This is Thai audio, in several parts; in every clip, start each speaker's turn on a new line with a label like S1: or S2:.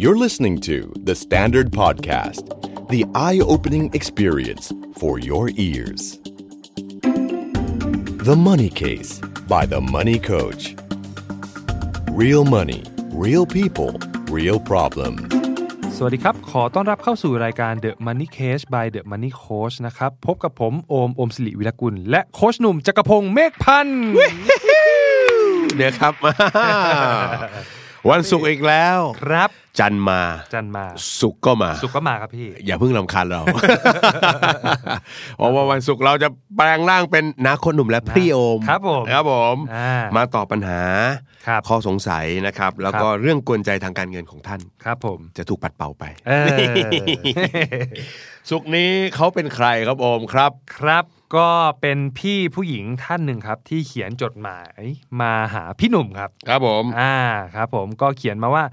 S1: You're listening to The Standard Podcast, the eye opening experience for your ears. The Money Case by The Money Coach. Real money, real people, real problem.
S2: สวัสดีครับ ขอต้อนรับเข้าสู่รายการ The Money Case by The Money Coach นะครับ พบกับผม โอม โอมสิริวิรกุล และโคชหนุ่มจักรพงศ์เมฆพันธ์
S3: เดี๋ยวครับ วันศุกร์อีกแล้ว
S2: ครับ
S3: จันทร์มา
S2: จันมา
S3: ศุกร์ก็มา
S2: สุขก็มาครับพี่
S3: อย่าเพิ่งลำคาญ เรา เพราะว่าวันศุกร์เราจะแปลงร่างเป็นนาคนหนุ่มและพี่โอม
S2: ครับผม
S3: ครับผม
S2: อ่า
S3: มาตอบปัญหา
S2: ครับ
S3: ข้อสงสัยนะครับ แล้วก็
S2: ครับ
S3: เรื่องกวนใจทางการเงินของท่าน
S2: ครับผม
S3: จะถูกปัดเป่าไป
S2: เออ
S3: ศุกร์นี้เขาเป็นใครครับโอมครับ
S2: ครับก็เป็นพี่ผู้หญิงท่านหนึ่งครับ ที่เขียนจดหมายมาหาพี่หนุ่มครับ
S3: ครับผม
S2: อ่าครับผมก็เขียนมาว่า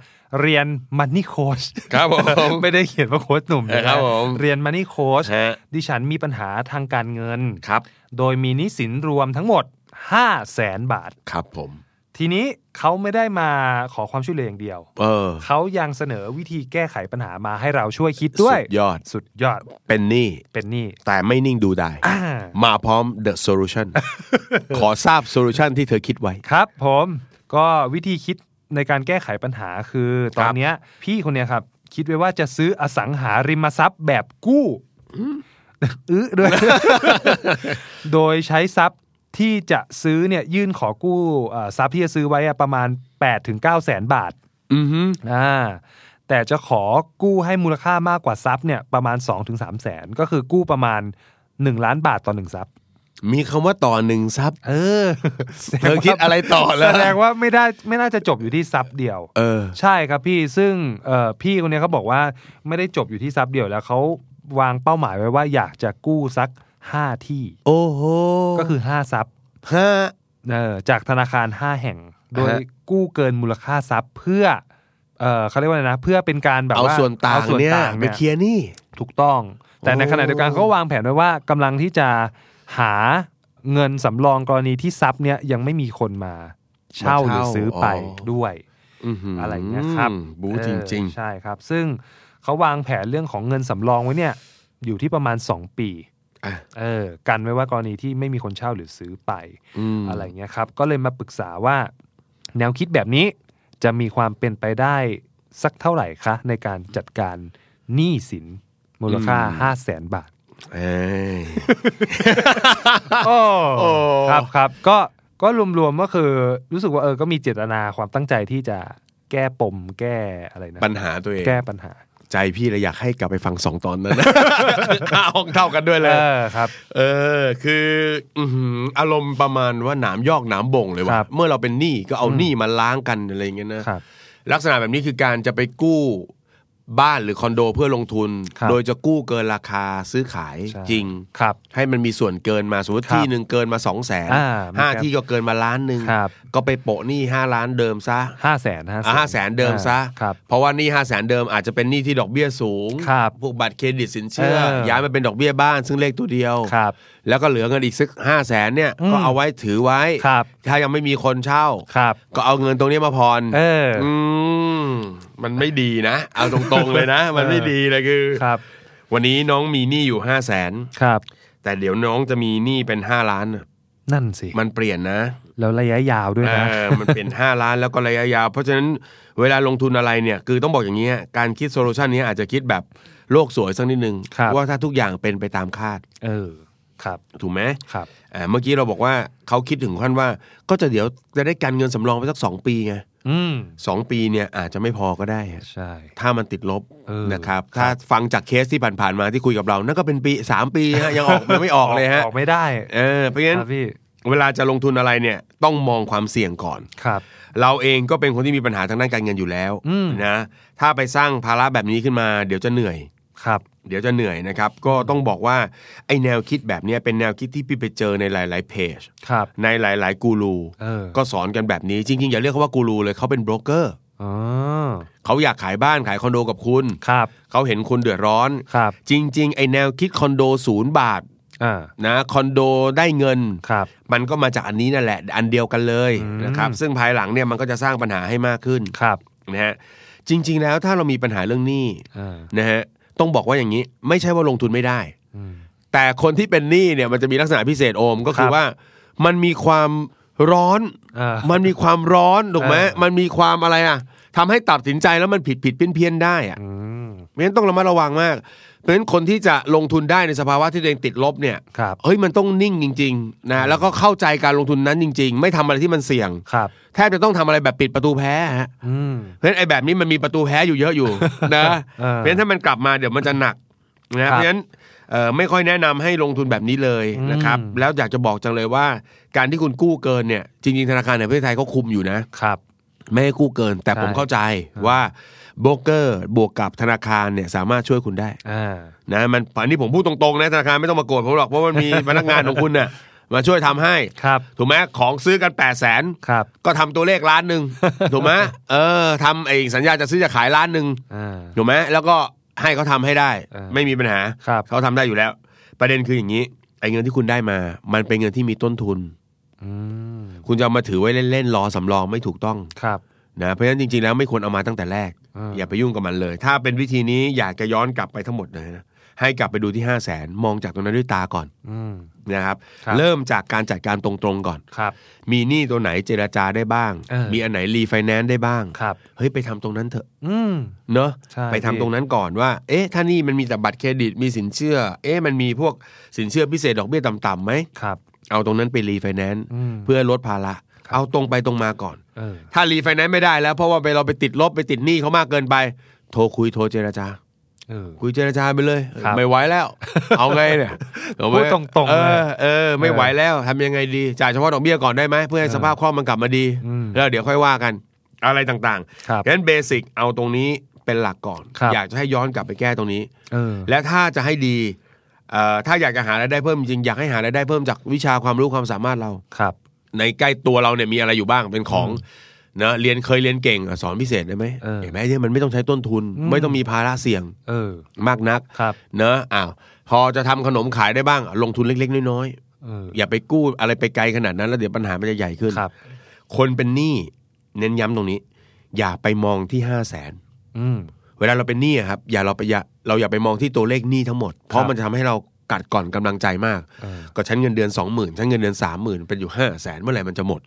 S2: เรียนมันนี่โค้ช
S3: ครับผม
S2: ไม่ได้เขียนว่าโค้ชหนุ่มนะ
S3: เออครับผม
S2: เรียนมันนี่โค้ช
S3: ฮะ
S2: ดิฉันมีปัญหาทางการเงิน
S3: ครับ
S2: โดยมีหนี้สินรวมทั้งหมด 5 0 0แสนบาท
S3: ครับผม
S2: ทีนี้เขาไม่ได้มาขอความช่วยเหลืออย่างเดียว
S3: เออ
S2: เขายังเสนอวิธีแก้ไขปัญหามาให้เราช่วยคิดด้วย
S3: สุดยอด
S2: สุดยอด
S3: เป็นหนี้
S2: เป็นหนี้
S3: แต่ไม่นิ่งดูได้
S2: อ่า
S3: มาพร้อม The Solution ขอทราบ Solution ที่เธอคิดไว้
S2: ครับผมก็วิธีคิดในการแก้ไขปัญหาคือ ตอนเนี้ยพี่คนเนี้ยครับ คิดไว้ว่าจะซื้ออสังหาริมทรัพย์แบบกู้อื้อด้วย โดยใช้ทรัพย์ที่จะซื้อเนี่ยยื่นขอกู้เอ่อทรัพย์ที่จะซื้อไว้อะประมาณ8ถึง9แสนบาท
S3: อือฮึ
S2: อ่าแต่จะขอกู้ให้มูลค่ามากกว่าทรัพย์เนี่ยประมาณ 2-3ถึงแสนก็คือกู้ประมาณ 1 ล้านบาทต่อหนึ่งทรัพย์
S3: มีคำว่าต่อหนึ่ง ซับ
S2: เออ
S3: เธอคิดอะไรต่อแล้ว
S2: แสดงว่าไม่ได้ไม่น่าจะจบอยู่ที่ทรัพย์เดียว
S3: เออ
S2: ใช่ครับพี่ซึ่งเอ่อพี่คนเนี้ยเขาบอกว่าไม่ได้จบอยู่ที่ทรัพย์เดียวแล้วเขาวางเป้าหมายไว้ว่าอยากจะกู้สัก 5 ที่
S3: โอ้โห
S2: ก็คือ 5 ทรัพย์
S3: ห้า
S2: เออจากธนาคาร 5 แห่ง โดย
S3: ฮะ
S2: กู้เกินมูลค่าทรัพย์เพื่อเออเขาเรียกว่าอะไรนะ เพื่อเป็นการแบบ
S3: เอา
S2: ว่า
S3: ส่วนต่าง
S2: อส่วน
S3: เนี่ย
S2: ต่าง
S3: ไป
S2: เนี่ย
S3: เคลียร์หนี่
S2: ถูกต้อง แต่ใน
S3: โอ้
S2: ขณะเดียวกันเขาก็วางแผนไว้ว่ากำลังที่จะหาเงินสำรองกรณีที่ทรัพย์เนี่ยยังไม่มีคนมา เช่าหรือซื้อไปด้วย
S3: ม
S2: อะไรเงี้ยครับ
S3: บู
S2: เออ
S3: จริง
S2: ใช่ครับ ซึ่งเขาวางแผนเรื่องของเงินสำรองไว้เนี่ย อยู่ที่ประมาณ 2 ปี
S3: อ่ะ
S2: เออกันไว้ว่ากรณีที่ไม่มีคนเช่าหรือซื้อไป
S3: ๆอืม
S2: อะไรเงี้ยครับก็เลยมาปรึกษาว่า แนวคิดแบบนี้จะมีความเป็นไปได้สักเท่าไหร่คะ ในการจัดการหนี้สินมูลค่า 5 0 0แสนบาท
S3: เอ้ย
S2: โอ้ครับครับก็ก็รวมๆก็คือรู้สึกว่าเออก็มีเจตนาความตั้งใจที่จะแก้ปมแก้อะไรนะ
S3: ปัญหาตัวเอง
S2: แก้ปัญหา
S3: ใจพี่เลยอยากให้กลับไปฟังสองตอนนั้นนะ ค่าห้องเท่ากันด้วยเล
S2: เอย อครับ
S3: เออคืออื้อหืออารมณ์ประมาณว่าหนามยอกหนามบ่งเลย
S2: ครั
S3: ว่า
S2: บ
S3: เมื่อเราเป็นหนี้ก็เอาหนี้มาล้างกันอะไรอย่างเงี้ยนะ
S2: ครับ
S3: ลักษณะแบบนี้คือการจะไปกู้บ้านหรือคอนโดเพื่อลงทุน
S2: ครับ
S3: โดยจะกู้เกินราคาซื้อขาย
S2: ใช่
S3: จริง
S2: ครับ
S3: ให้มันมีส่วนเกินมาสมมติ
S2: ครับ
S3: ที่หนึ่งเกินมาสองแสน
S2: อ่า
S3: ห้า
S2: ครับ
S3: ที่ก็เกินมาล้านหนึ่ง
S2: ครับ
S3: ก็ไปโปะหนี้ห้าล้านเดิมซะ
S2: ห้าแสนห้า
S3: ห้าแสนเดิมซะ
S2: ครับ
S3: เพราะว่าหนี้ห้าแสนเดิมอาจจะเป็นหนี้ที่ดอกเบี้ยสูง
S2: ครับ
S3: พวกบัตรเครดิตสินเชื่อ
S2: เออ
S3: ย้ายมาเป็นดอกเบี้ยบ้านซึ่งเลขตัวเดียว
S2: ครับ
S3: แล้วก็เหลือเงินอีกสักห้าแสนเนี่ย
S2: อืม
S3: ก็เอาไว้ถือไว้
S2: ครับ
S3: ถ้ายังไม่มีคนเช่า
S2: ครับ
S3: ก็เอาเงินตรงนี้มาผ่อน
S2: เออ
S3: อืมมันไม่ดีนะ เอาตรงๆเลยนะ มันไม่ดีเลยคือ
S2: ครับ
S3: วันนี้น้องมีหนี้อยู่ห้าแสน
S2: ครับ
S3: แต่เดี๋ยวน้องจะมีหนี้เป็นห้าล้านน่ะ
S2: นั่นสิ
S3: มันเปลี่ยนนะ
S2: แล้วระยะยาวด้วย
S3: เอ
S2: นะ
S3: อมันเป็น ห้าล้านแล้วก็ระยะยาว เพราะฉะนั้นเวลาลงทุนอะไรเนี่ย คือต้องบอกอย่างนี้ยการคิดโซลูชันนี้ยอาจจะคิดแบบโลกสวยสักนิดนึง
S2: ครับ
S3: ว่าถ้าทุกอย่างเป็นไปตามคาด
S2: เออ ครับ
S3: ถูกไหม
S2: ครับ
S3: อ่าเมื่อกี้เราบอกว่าเขาคิดถึงขั้นว่า ก็จะเดี๋ยวจะได้การเงินสำรองไปสักสองปีไง
S2: อืม
S3: สองปีเนี่ยอาจจะไม่พอก็ได้อะ
S2: ใช่
S3: ถ้ามันติดลบ
S2: เออ
S3: นะครับ ถ้าฟังจากเคสที่ผ่านๆมาที่คุยกับเรา นั่นก็เป็นปีสามปีฮะยังออกยังไม่ออกเลยฮะ
S2: ออกไม่ได้
S3: เออเพราะงั้น
S2: ครับพี่
S3: เวลาจะลงทุนอะไรเนี่ยต้องมองความเสี่ยงก่อน
S2: ครับ
S3: เราเองก็เป็นคนที่มีปัญหาทางด้านการเงินอยู่แล้ว
S2: อืม
S3: นะถ้าไปสร้างภาระแบบนี้ขึ้นมา เดี๋ยวจะเหนื่อย
S2: ครับ
S3: เดี๋ยวจะเหนื่อยนะครับ ก็ต้องบอกว่าไอแนวคิดแบบเนี้ยเป็นแนวคิดที่พี่ไปเจอในหลาย ๆ เพจ
S2: ครับ
S3: ในหลาย ๆ กูรู
S2: เออ
S3: ก็สอนกันแบบนี้จริง ๆ อย่าเรียกเขาว่ากูรูเลยเขาเป็นโบรกเกอร์
S2: อ๋อ
S3: เขาอยากขายบ้านขายคอนโดกับคุณ
S2: ครับ
S3: เขาเห็นคุณเดือดร้อน
S2: ครับ
S3: จริง ๆ ไอแนวคิดคอนโดศูนย์บาท
S2: อ่า
S3: นะคอนโดได้เงิน
S2: ครับ
S3: มันก็มาจากอันนี้นั่นแหละ อันเดียวกันเลย
S2: อืม
S3: นะครับซึ่งภายหลังเนี่ยมันก็จะสร้างปัญหาให้มากขึ้น
S2: ครับ
S3: นะฮะ จริง ๆ แล้วถ้าเรามีปัญหาเรื่องหนี้
S2: อ่า
S3: นะฮะต้องบอกว่าอย่างนี้ไม่ใช่ว่าลงทุนไม่ได้
S2: อืม
S3: แต่คนที่เป็นหนี้เนี่ยมันจะมีลักษณะพิเศษโอมก็
S2: ค
S3: คือ
S2: รับ
S3: ว่ามันมีความร้อน
S2: เออ
S3: มันมีความร้อนถูกไหม
S2: เออ
S3: มันมีความอะไรอ่ะทำให้ตัดสินใจแล้วมันผิดผิดเพี้ยนเพี้ยนๆได้อ่ะ
S2: อืม
S3: เพราะฉะนั้นต้องระมัดระวังมาก เพราะฉะนั้นคนที่จะลงทุนได้ในสภาวะที่ตัวเองติดลบเนี่ย
S2: ครับ
S3: เฮ้ยมันต้องนิ่งจริงๆนะแล้วก็เข้าใจการลงทุนนั้นจริง ๆ ไม่ทำอะไรที่มันเสี่ยง
S2: ครับ
S3: แทบจะต้องทำอะไรแบบปิดประตูแพ้ฮะ
S2: อืม
S3: เพราะฉะนั้นไอ้แบบนี้มันมีประตูแพ้อยู่เยอะ อยู่ นะ
S2: เออ
S3: เพราะฉะนั้นถ้ามันกลับมาเดี๋ยวมันจะหนัก
S2: ครับ
S3: นะเพราะฉะนั้นเอ่อไม่ค่อยแนะนำให้ลงทุนแบบนี้เลยนะครับ
S2: อืม
S3: แล้วอยากจะบอกจังเลยว่า การที่คุณกู้เกินเนี่ยจริงๆธนาคารในประเทศไทยเขาคุมอยู่นะ
S2: ครับ
S3: ไม่ให้กู้เกิน แต่
S2: ใช่
S3: ผมเข้าใจว่าโบรกเกอร์บวกกับธนาคารเนี่ยสามารถช่วยคุณได้
S2: อ่า
S3: นะมันอันนี้ผมพูดตรงๆนะธนาคารไม่ต้องมาโกรธผมหรอกเพราะมันมี พนักงานของคุณน่ะมาช่วยทำให้
S2: ครับ
S3: ถูกไหมของซื้อกัน8ปดแสน
S2: ครับ
S3: ก็ทำตัวเลขล้านหนึ่ง ถูกไหมเออทำไอ้สัญญาจะซื้อจะขายล้านหนึ่ง
S2: อ่า
S3: ถูกไหมแล้วก็ให้เขาทำให้ได้
S2: เออ
S3: ไม่มีปัญหา
S2: ครับ
S3: เขาทำได้อยู่แล้ว ประเด็นคืออย่างนี้ไอ้เงินที่คุณได้มา มันเป็นเงินที่มีต้นทุน
S2: อืม
S3: คุณจะเอามาถือไว้เล่นๆรอสำรองไม่ถูกต้อง
S2: ครับ
S3: นะเพราะฉะนั้นจริงๆแล้วไม่ควรเอามาตั้งแต่แรก
S2: เออ
S3: อ
S2: อ
S3: ย่าไปยุ่งกับมันเลย ถ้าเป็นวิธีนี้อยากจะย้อนกลับไปทั้งหมดเลยนะให้กลับไปดูที่5 0 0แสนมองจากตรงนั้นด้วยตาก่อน
S2: อืม
S3: นะครับ
S2: ครับ
S3: เริ่มจากการจัดการตรงๆก่อน
S2: ครับ
S3: มีหนี้ตัวไหนเจราจาได้บ้าง
S2: เออ
S3: มีอันไหนรีไฟแนนซ์ได้บ้าง
S2: ครับ
S3: เฮ้ยไปทำตรงนั้นเถอะ
S2: อืม
S3: เนอะ
S2: ใช่
S3: ไปทำ
S2: พี่
S3: ตรงนั้นก่อนว่า เอ๊ะถ้านี่มันมีแต่บัตรเครดิตมีสินเชื่อ เอ๊ะมันมีพวกสินเชื่อพิเศษดอกเบี้ยต่ำๆไหม
S2: ครับ
S3: เอาตรงนั้นไปรีไฟแนนซ์
S2: อืม
S3: เพื่อลดภาระเอาตรงไปตรงมาก่อน
S2: เออ
S3: ถ้ารีไฟแนนซ์ไม่ได้แล้วเพราะว่าไปเราไปติดลบไปติดหนี้เขามากเกินไป โทรคุยโทรเจรจา
S2: เออ
S3: คุยเจรจาไปเลย
S2: ครับ
S3: ไม่ไหว แล้ว เอาไงเนี่ย
S2: พูดตรงๆ
S3: เอ
S2: เลย
S3: อเออไม่ไหวแล้วทำยังไงดีจ่ายเฉพาะดอกเบี้ยก่อนได้ไหมเพื่อให้
S2: เออ
S3: สภาพคล่องมันกลับมาดี
S2: อืม
S3: แล้วเดี๋ยวค่อยว่ากันอะไรต่างๆ
S2: ครับ
S3: ดังนั้นเบสิกเอาตรงนี้เป็นหลักก่อน
S2: ครับ
S3: อยากจะให้ย้อนกลับไปแก้ตรงนี้
S2: เออ
S3: และถ้าจะให้ดีเอ่อถ้าอยากจะหารายได้เพิ่มจริงอยากให้หารายได้เพิ่มจากวิชาความรู้ความสามารถเรา
S2: ครับ
S3: ในใกล้ตัวเราเนี่ยมีอะไรอยู่บ้างเป็นของเนะเรียนเคยเรียนเก่งอ่ะสอนพิเศษได้ไหม
S2: เออ
S3: เห็นไหมเนี่ยมันไม่ต้องใช้ต้นทุน
S2: อืม
S3: ไม่ต้องมีภาระเสี่ยง
S2: เออ
S3: มากนัก
S2: ครับ
S3: เนอะอ้าวพอจะทำขนมขายได้บ้าง ลงทุนเล็ก ๆ น้อย
S2: เออ
S3: ๆอย่าไปกู้อะไรไปไกลขนาดนั้น แล้วเดี๋ยวปัญหามันจะใหญ่ขึ้น
S2: ครับ
S3: คนเป็นหนี้เน้นย้ำตรงนี้ อย่าไปมองที่ห้าแสน
S2: อืม
S3: เวลาเราเป็นหนี้อะครับ อย่าเราไปอย่าเราอย่าไปมองที่ตัวเลขหนี้ทั้งหมด เพราะ
S2: ครับ
S3: มันจะทำให้เรากัดก่อนกำลังใจมาก
S2: เออ
S3: ก็ฉันเงินเดือนสองหมื่นฉันเงินเดือนสามหมื่นเป็นอยู่ห้าแสนเมื่อไหร่มันจะหมด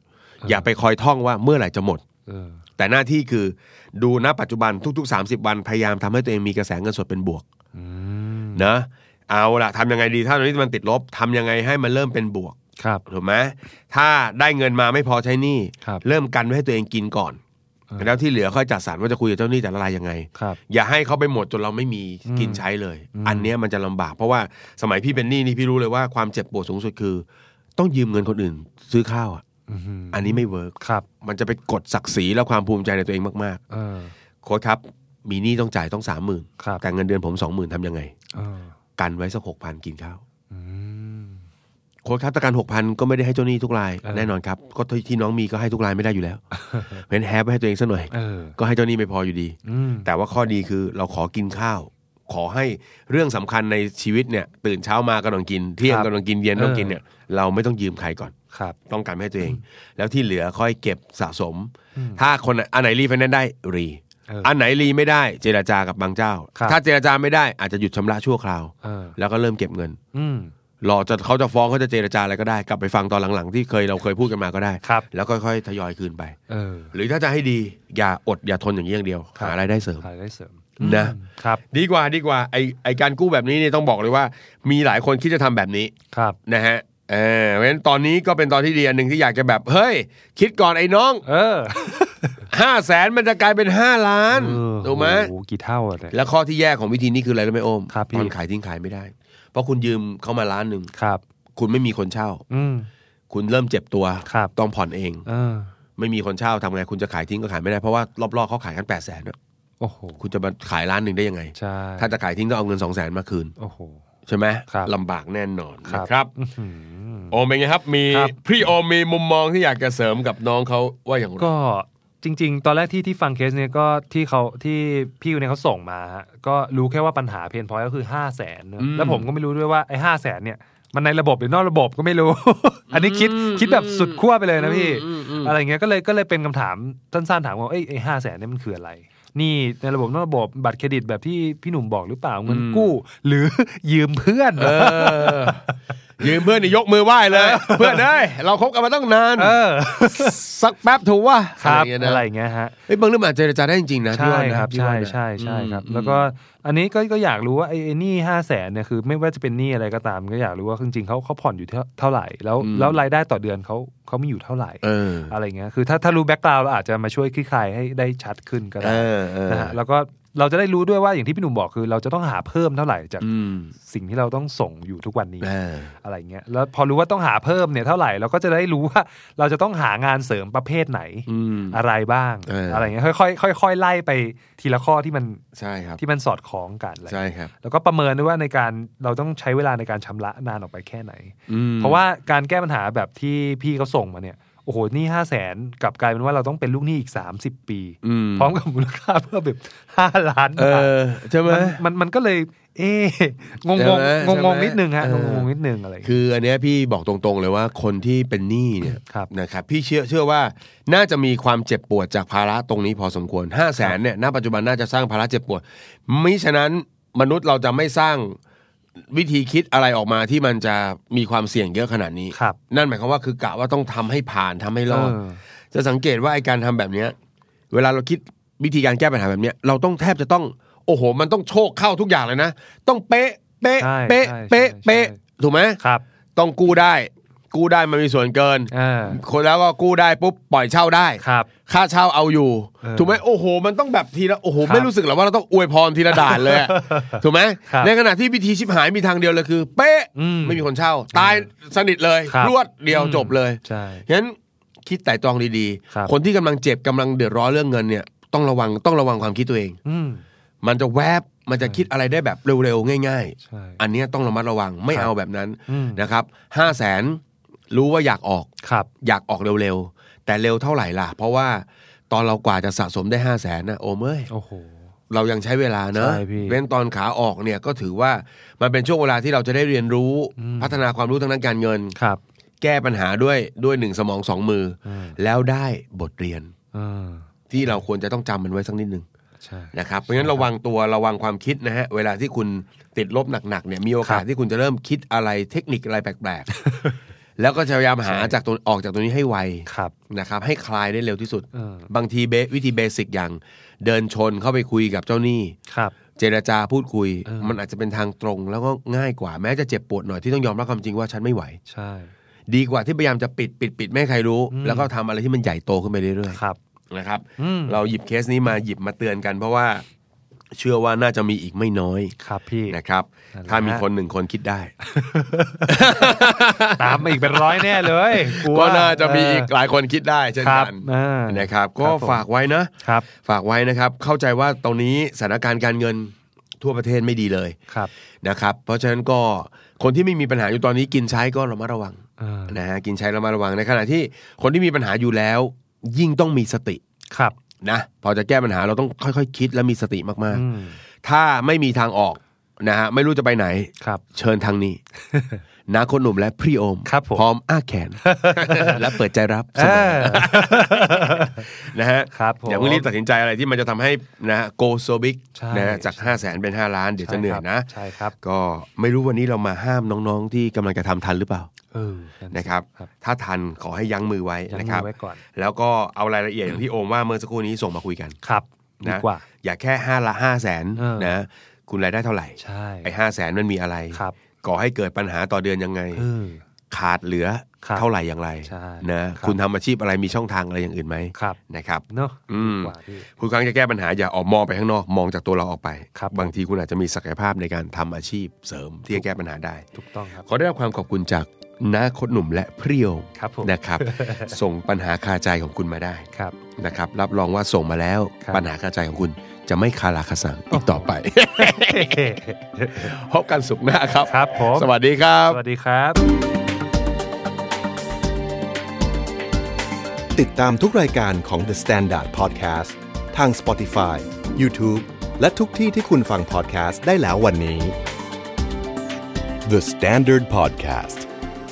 S3: อย่าไปคอยท่องว่าเมื่อไหร่จะหมด
S2: เออ
S3: แต่หน้าที่คือดูณปัจจุบันทุกๆ 30 วันพยายามทำให้ตัวเองมีกระแสเงินสดเป็นบวก
S2: อืม
S3: นะเอาละทำยังไงดีถ้าตอนนี้มันติดลบทำยังไงให้มันเริ่มเป็นบวก
S2: ครับ
S3: ถูกไหมถ้าได้เงินมาไม่พอใช้หนี้
S2: ครับ
S3: เริ่มกันไว้ให้ตัวเองกินก่อน
S2: เออ
S3: แล้วที่เหลือค่อยจัดสรรว่าจะคุยกับเจ้าหนี้แต่ละรายยังไง
S2: ครับ
S3: อย่าให้เขาไปหมดจนเราไม่มีกินใช้เลย
S2: อืม
S3: อันเนี้ยมันจะลำบาก เพราะว่าสมัยพี่เป็นหนี้นี่พี่รู้เลยว่าความเจ็บปวดสูงสุดคือ ต้องยืมเงินคนอื่น ซื้อข้าวอะ
S2: อืม
S3: อันนี้ไม่เวิร์ก
S2: ครับ
S3: มันจะไปกดศักดิ์ศรีและความภูมิใจในตัวเองมาก
S2: เออ
S3: ๆโค้ชครับ มีหนี้ต้องจ่ายต้องสามหมื่น
S2: ครับ
S3: แต่เงินเดือนผมสองหมื่นทำยังไง
S2: เออ
S3: กันไว้สักหกพันกินข้าว
S2: อืม
S3: โค้ดครับแต่การหกพันก็ไม่ได้ให้เจ้าหนี้ทุกราย
S2: เออ
S3: แน่นอนครับ ก็ที่น้องมีก็ให้ทุกรายไม่ได้อยู่แล้ว เพราะฉะนั้นแฮปไว้ให้ตัวเองซะหน่อย
S2: เออ
S3: ก็ให้เจ้าหนี้ไม่พออยู่ดี
S2: อืม
S3: แต่ว่าข้อดีคือเราขอกินข้าว ขอให้เรื่องสำคัญในชีวิตเนี่ย ตื่นเช้ามากำลังกิน เที่ยง
S2: ครับ
S3: กำลังกินเย็น
S2: เออ
S3: ต้องกินเนี่ยเราไม่ต้องยืมใครก่อน
S2: ครับ
S3: ต้องการให้ตัวเอง แล้วที่เหลือค่อยเก็บสะสม
S2: อืม
S3: ถ้าคนอันไหนรีไฟแนนซ์ได้รี
S2: เอออั
S3: อันไหนรีไม่ได้เจราจากับบางเจ้า
S2: ครับ
S3: ถ้าเจราจาไม่ได้อาจจะหยุดชำระชั่วคราว
S2: เออ
S3: แล้วก็เริ่มเก็บเงิน
S2: อืม
S3: รอจะเขาจะฟ้องเขาจะเจรจาอะไรก็ได้ กลับไปฟังตอนหลังๆ ที่เคยเราเคยพูดกันมาก็ได้
S2: ครับ
S3: แล้วค่อยๆทยอยคืนไป
S2: เออ
S3: หรือถ้าจะให้ดีอย่าอดอย่าทนอย่างนี้อย่างเดียว
S2: ครับ
S3: หารายได้เสริม
S2: ขายได้เสริม
S3: นะ
S2: อืมครับ
S3: ดีกว่าดีกว่าไอไอการกู้แบบนี้เนี่ยต้องบอกเลยว่า มีหลายคนคิดจะทำแบบนี้
S2: ครับ
S3: นะฮะเออเพราะฉะนั้นตอนนี้ก็เป็นตอนที่ดีอันหนึ่งที่อยากจะแบบเฮ้ย คิดก่อนไอ้น้อง
S2: เออ
S3: ห้าแสนมันจะกลายเป็นห้าล้าน
S2: เออ
S3: ถูกไหม
S2: โอ้โกี่เท่าอะเนี่ย
S3: แล้วข้อที่แย่ของวิธีนี้คืออะไรรู้ไหมโอม
S2: ครับพี่
S3: ตอนขายทิ้งขายไม่ได้ เพราะคุณยืมเข้ามาล้านหนึ่ง
S2: ครับ
S3: คุณไม่มีคนเช่า
S2: อืม
S3: คุณเริ่มเจ็บตัว
S2: ครับ
S3: ต้องผ่อนเอง
S2: เออ
S3: ไม่มีคนเช่าทำไงคุณจะขายทิ้งก็ขายไม่ได้เพราะว่ารอบๆเขาขายกันแปดแสน
S2: โอ้โห
S3: คุณจะมาขายล้านหนึ่งได้ยังไง
S2: ใช่
S3: ถ้าจะขายทิ้งต้องเอาเงินสองแสนมาคืน
S2: โอ้โห
S3: ใช่ไหม
S2: ครับ
S3: ลำบากแน่นอน
S2: ครับ
S3: นะครับ
S2: อื้อหือ
S3: โอมเป็นไงครับ มี
S2: ครับ
S3: พี่โอมมีมุมมองที่อยากจะเสริมกับน้องเขาว่าอย่างไร
S2: ก็จริง ๆ ตอนแรกที่ที่ฟังเคสเนี่ยก็ที่เขาที่พี่คนเนี้เขาส่งมาฮะก็รู้แค่ว่าปัญหาเพนพอยก็คือห้าแสน
S3: อืม
S2: แล้วผมก็ไม่รู้ด้วยว่าไอ้ห้าแสนเนี่ย มันในระบบหรือนอกระบบก็ไม่รู้ อันนี้คิด
S3: อืม
S2: คิดแบบสุดขั้วไปเลยนะพี่
S3: อืมอืมอืม
S2: อะไรเงี้ยก็เลยก็เลยเป็นคำถามสั้นๆถามว่าเอ้ยไอ้ห้าแสนเนี่ยมันคืออะไร หนี่ในระบบนอกระบบบัตรเครดิตแบบที่พี่หนุ่มบอกหรือเปล่าเงินกู้ หรือ ยืมเพื่อน
S3: เออยืมเพื่อนนี่ยกมือไหว้เลย เพื่อนเอ้ยเราคบกันมาตั้งนาน
S2: เออ
S3: สักแป๊บถูกว่า
S2: ครับ
S3: ย่างเงี้ย
S2: อะไร
S3: นะ
S2: อย่างเงี้ยฮะ
S3: เอ้ยบางเรื่องมันอาจจะเจรจาได้จริงๆนะพี่
S2: ใช่
S3: ว่านะครับ พี่
S2: ใช่
S3: ว่านะ
S2: ใช่ใช่ครับ
S3: อืม
S2: แล้วก็อันนี้ก็ก็อยากรู้ว่าไอ้ไอ้หนี้ห้าแสนเนี่ยคือไม่ว่าจะเป็นหนี้อะไรก็ตามก็อยากรู้ว่าจริงๆเขาเขาผ่อนอยู่เท่าเท่าไหร่แล้วแล้วรายได้ต่อเดือนเขาเขามีอยู่เท่าไหร่
S3: เออ
S2: อะไรเงี้ยคือถ้าถ้ารู้แบ็กกราวเราอาจจะมาช่วยคลี่คลายให้ได้ชัดขึ้นก็
S3: เอ
S2: ได้
S3: อเออ
S2: นะฮะแล้วก็เราจะได้รู้ด้วยว่าอย่างที่พี่หนุ่มบอกคือ เราจะต้องหาเพิ่มเท่าไหร่จาก
S3: อืม
S2: สิ่งที่เราต้องส่งอยู่ทุกวันนี้
S3: เออ
S2: อะไรเงี้ยแล้วพอรู้ว่าต้องหาเพิ่มเนี่ยเท่าไหร่เราก็จะได้รู้ว่าเราจะต้องหางานเสริมประเภทไหน
S3: อืม
S2: อะไรบ้าง
S3: เอออ
S2: ไรเงี้ยค่อยๆค่อยๆไล่ไปทีละข้อที่มัน
S3: ใช่ครับ
S2: ที่มันสอดคล้องกันอะไร
S3: ใช่ครับ
S2: แล้วก็ประเมินด้วยว่าในการเราต้องใช้เวลาในการชำระนานออกไปแค่ไหน
S3: อืม
S2: เพราะว่าการแก้ปัญหาแบบที่พี่เขาส่งมาเนี่ยโอ้โหหนี่ห้าแสนกลับกลายเป็นว่าเราต้องเป็นลูกหนี้อีก 30 ปี
S3: อืม
S2: พร้อมกับมูลค่าเพิ่มแบบห้าล้าน
S3: เอบ
S2: าท
S3: อใช่ไหม
S2: มันมันมันก็เลย เอ๊ะงง
S3: ใช่
S2: ง
S3: ไหม
S2: งงง
S3: ใช่ไหม
S2: นิดนึงฮะ
S3: เออ
S2: งงงนิดนึงอะไรอย่างเงี้ย
S3: คืออันเนี้ยพี่บอกตรงๆเลยว่าคนที่เป็นหนี้เนี่ย
S2: ครับ
S3: นะครับพี่เชื่อเชื่อว่าน่าจะมีความเจ็บปวดจากภาระตรงนี้พอสมควร 5 0 0แสนเนี่ยณปัจจุบันน่าจะสร้างภาระเจ็บปวดมิฉะนั้นมนุษย์เราจะไม่สร้างวิธีคิดอะไรออกมาที่มันจะมีความเสี่ยงเยอะขนาดนี้
S2: ครับ
S3: นั่นหมายความว่าคือกะว่าต้องทำให้ผ่านทำให้รอด
S2: เออ
S3: จะสังเกตว่าไอการทำแบบเนี้ยเวลาเราคิดวิธีการแก้ปัญหาแบบเนี้ยเราต้องแทบจะต้อง โอ้โห มันต้องโชคเข้าทุกอย่างเลยนะ ต้องเป๊ะเป๊ะ
S2: ใช่
S3: เป๊ะ
S2: ใช่
S3: เป๊ะ
S2: ใช่
S3: เป๊ะ
S2: ใช่
S3: ถูกไหม
S2: ครับ
S3: ต้องกู้ได้ กู้ได้มันมีส่วนเกิน
S2: อ่า
S3: คนแล้วก็กู้ได้ปุ๊บปล่อยเช่าได้
S2: ครับ
S3: ค่าเช่าเอาอยู่
S2: เออ
S3: ถูกไหมโอ้โห มันต้องแบบทีละโอ้โห
S2: ครับ
S3: ไม่รู้สึกหรอว่าเราต้องอวยพรทีละด่านเลย อะ ถูกไหม
S2: ครับ
S3: ในขณะที่วิธีชิบหายมีทางเดียวเลยคือ เป๊ะ
S2: อืม
S3: ไม่มีคนเช่า ตายสนิทเลย
S2: ครับ
S3: รวดเดียว
S2: อืม
S3: จบเลย
S2: ใช่
S3: ฉะนั้นคิดไต่ตรองดี
S2: ครับ
S3: คนที่กำลังเจ็บกำลังเดือดร้อนเรื่องเงินเนี่ยต้องระวังต้องระวังความคิดตัวเอง
S2: อืม
S3: มันจะแวบมันจะคิดอะไรได้แบบเร็วๆง่าย
S2: ใช่
S3: ๆ อันเนี้ยต้องระมัดระวังไม่เอาแบบนั้น
S2: อืม
S3: นะครับห้าแสนรู้ว่าอยากออก
S2: ครับ
S3: อยากออกเร็วๆ แต่เร็วเท่าไหร่ล่ะ เพราะว่าตอนเรากว่าจะสะสมได้ห้าแสนนะโอเมย
S2: โอ้โห
S3: เรายังใช้เวลาเนอะ
S2: ใช่พี่
S3: เว้นตอนขาออกเนี่ยก็ถือว่ามันเป็นช่วงเวลาที่เราจะได้เรียนรู้
S2: อืม
S3: พัฒนาความรู้ทางด้านการเงิน
S2: ครับ
S3: แก้ปัญหาด้วยด้วยหนึ่งสมองสองมืออ
S2: ม
S3: แล้วได้บทเรียน
S2: อ่า
S3: ที่เราควรจะต้องจำมันไว้สักนิดหนึ่ง
S2: ใช่
S3: นะครับเพราะฉะนั้นระวังตัวระวังความคิดนะฮะเวลาที่คุณติดลบหนักๆเนี่ยมีโอกา
S2: ค
S3: ส
S2: รับ
S3: ที่คุณจะเริ่มคิดอะไรเทคนิคอะไรแปลกๆ แล้วก็จะพยายามหาจากตัวออกจากตัวนี้ให้ไว
S2: ครับ
S3: นะครับให้คลายได้เร็วที่สุด
S2: เออบ
S3: างทีเบวิธีเบสิกอย่าง เดินชนเข้าไปคุยกับเจ้าหนี้
S2: ครับ
S3: เจรจาพูดคุย
S2: เออ
S3: มันอาจจะเป็นทางตรง แล้วก็ง่ายกว่าแม้จะเจ็บปวดหน่อยที่ต้องยอมรับความจริงว่าฉันไม่ไหว
S2: ใช่
S3: ดีกว่าที่พยายามจะปิดปิดปิดไม่ให้ใครรู้ แล้วก็ทำอะไรที่มันใหญ่โตขึ้นไปเรื่อย
S2: ครับ
S3: ๆนะครับ
S2: อืม
S3: เราหยิบเคสนี้มาหยิบมาเตือนกัน เพราะว่าเชื่อว่าน่าจะมีอีกไม่น้อย
S2: ครับพี่
S3: นะครับ
S2: นั่นแหละ
S3: ถ้ามีคนหนึ่งคนคิดได้
S2: ตามมาอีกเป็นร้อยแน่เลยลัว
S3: ก็น่าจะมีอีก
S2: เห
S3: ลายคนคิดได้เช่น
S2: ครั
S3: กับ น
S2: อ่าน
S3: นะครับ ก็
S2: ครับผม
S3: ฝากไว้นะ
S2: ครับ
S3: ฝากไว้นะครับเข้าใจว่าตอนนี้สถานการณ์การเงินทั่วประเทศไม่ดีเลย
S2: ครับ
S3: นะครับ เพราะฉะนั้นก็คนที่ไม่มีปัญหาอยู่ตอนนี้กินใช้ก็ระมัดระวัง
S2: เออ
S3: นะฮะกินใช้ระมัดระวังในขณะที่คนที่มีปัญหาอยู่แล้ว ยิ่งต้องมีสติ
S2: ครับ
S3: นะพอจะแก้ปัญหาเราต้องค่อยๆ คิดและมีสติมาก
S2: อืม
S3: ๆ ถ้าไม่มีทางออกนะฮะไม่รู้จะไปไหน
S2: ครับ
S3: เชิญทาง นี้ นาโคนหนุ่มและพรีโอม
S2: ครับผม
S3: พร้อมอ้าแข น และเปิดใจรับเส
S2: เอ
S3: ม
S2: อ
S3: อ นะฮะ
S2: ครับผม
S3: อย่าเพิ่งรีบตัดสินใจอะไรที่มันจะทำให้นะฮะ go so big
S2: ใช่
S3: นะฮะจาก 5 0 0แสนเป็น 5 ล้านเดี๋ยวจะเหนื่อยนะ
S2: ใช่ครับ
S3: ก็ไม่รู้วันนี้เรามาห้ามน้องๆ ที่กำลังจะทำทันหรือเปล่า
S2: เออนั่นสิ
S3: นะครับ
S2: ครับ
S3: ถ้าทันขอให้ยั้งมือไว้
S2: ยัง
S3: นะค
S2: มี
S3: รับ
S2: ไว้ก่อน
S3: แล้วก็เอารายละเอียดอย่างที่โอมว่าเมื่อสักครู่นี้ส่งมาคุยกัน
S2: ครับดี
S3: นะ
S2: กว่า
S3: อย่าแค่5ละ5 0 0แสน
S2: เออ
S3: นะคุณรายได้เท่าไหร่
S2: ใช่
S3: ไอ้ห้าแสนมันมีอะไร
S2: ครับ
S3: ก่อให้เกิดปัญหาต่อเดือนยังไง
S2: เออ
S3: ขาดเหลือ
S2: ครับ
S3: เท่าไหร่อย่างไร
S2: ใช่
S3: นะครับ คุณทำอาชีพอะไรมีช่องทางอะไรอย่างอื่นไหม
S2: ครับ
S3: นะครับ
S2: เนาะ
S3: อืม
S2: ดีกว่าพี่
S3: คุณครั้งจะแก้ปัญหาอย่าออกมองไปข้างนอกมองจากตัวเราออกไป
S2: ครับผม
S3: งทีคุณอาจจะมีศักยภาพในการทำอาชีพเสริมที่จะแก้ปัญหาได้
S2: ถูกต้องครับ
S3: ขอได้รับความขอบคุณจากน้าโคดหนุ่มและเพรียว
S2: ครับผม
S3: นะครับ ส่งปัญหาคาใจของคุณมาได้
S2: ครับ
S3: นะครับ รับรองว่าส่งมาแล้ว
S2: ครับ
S3: ปัญหาคาใจของคุณจะไม่คาราคาสังอีกต่อไป พบกันสุขหน้าครับ
S2: ครับผม
S3: สวัสดีครับ
S2: สวัสดีครับ
S1: ติดตามทุกรายการของ The Standard Podcast ทาง Spotify, YouTube และทุกที่ที่คุณฟัง podcast ได้แล้ววันนี้ The Standard Podcast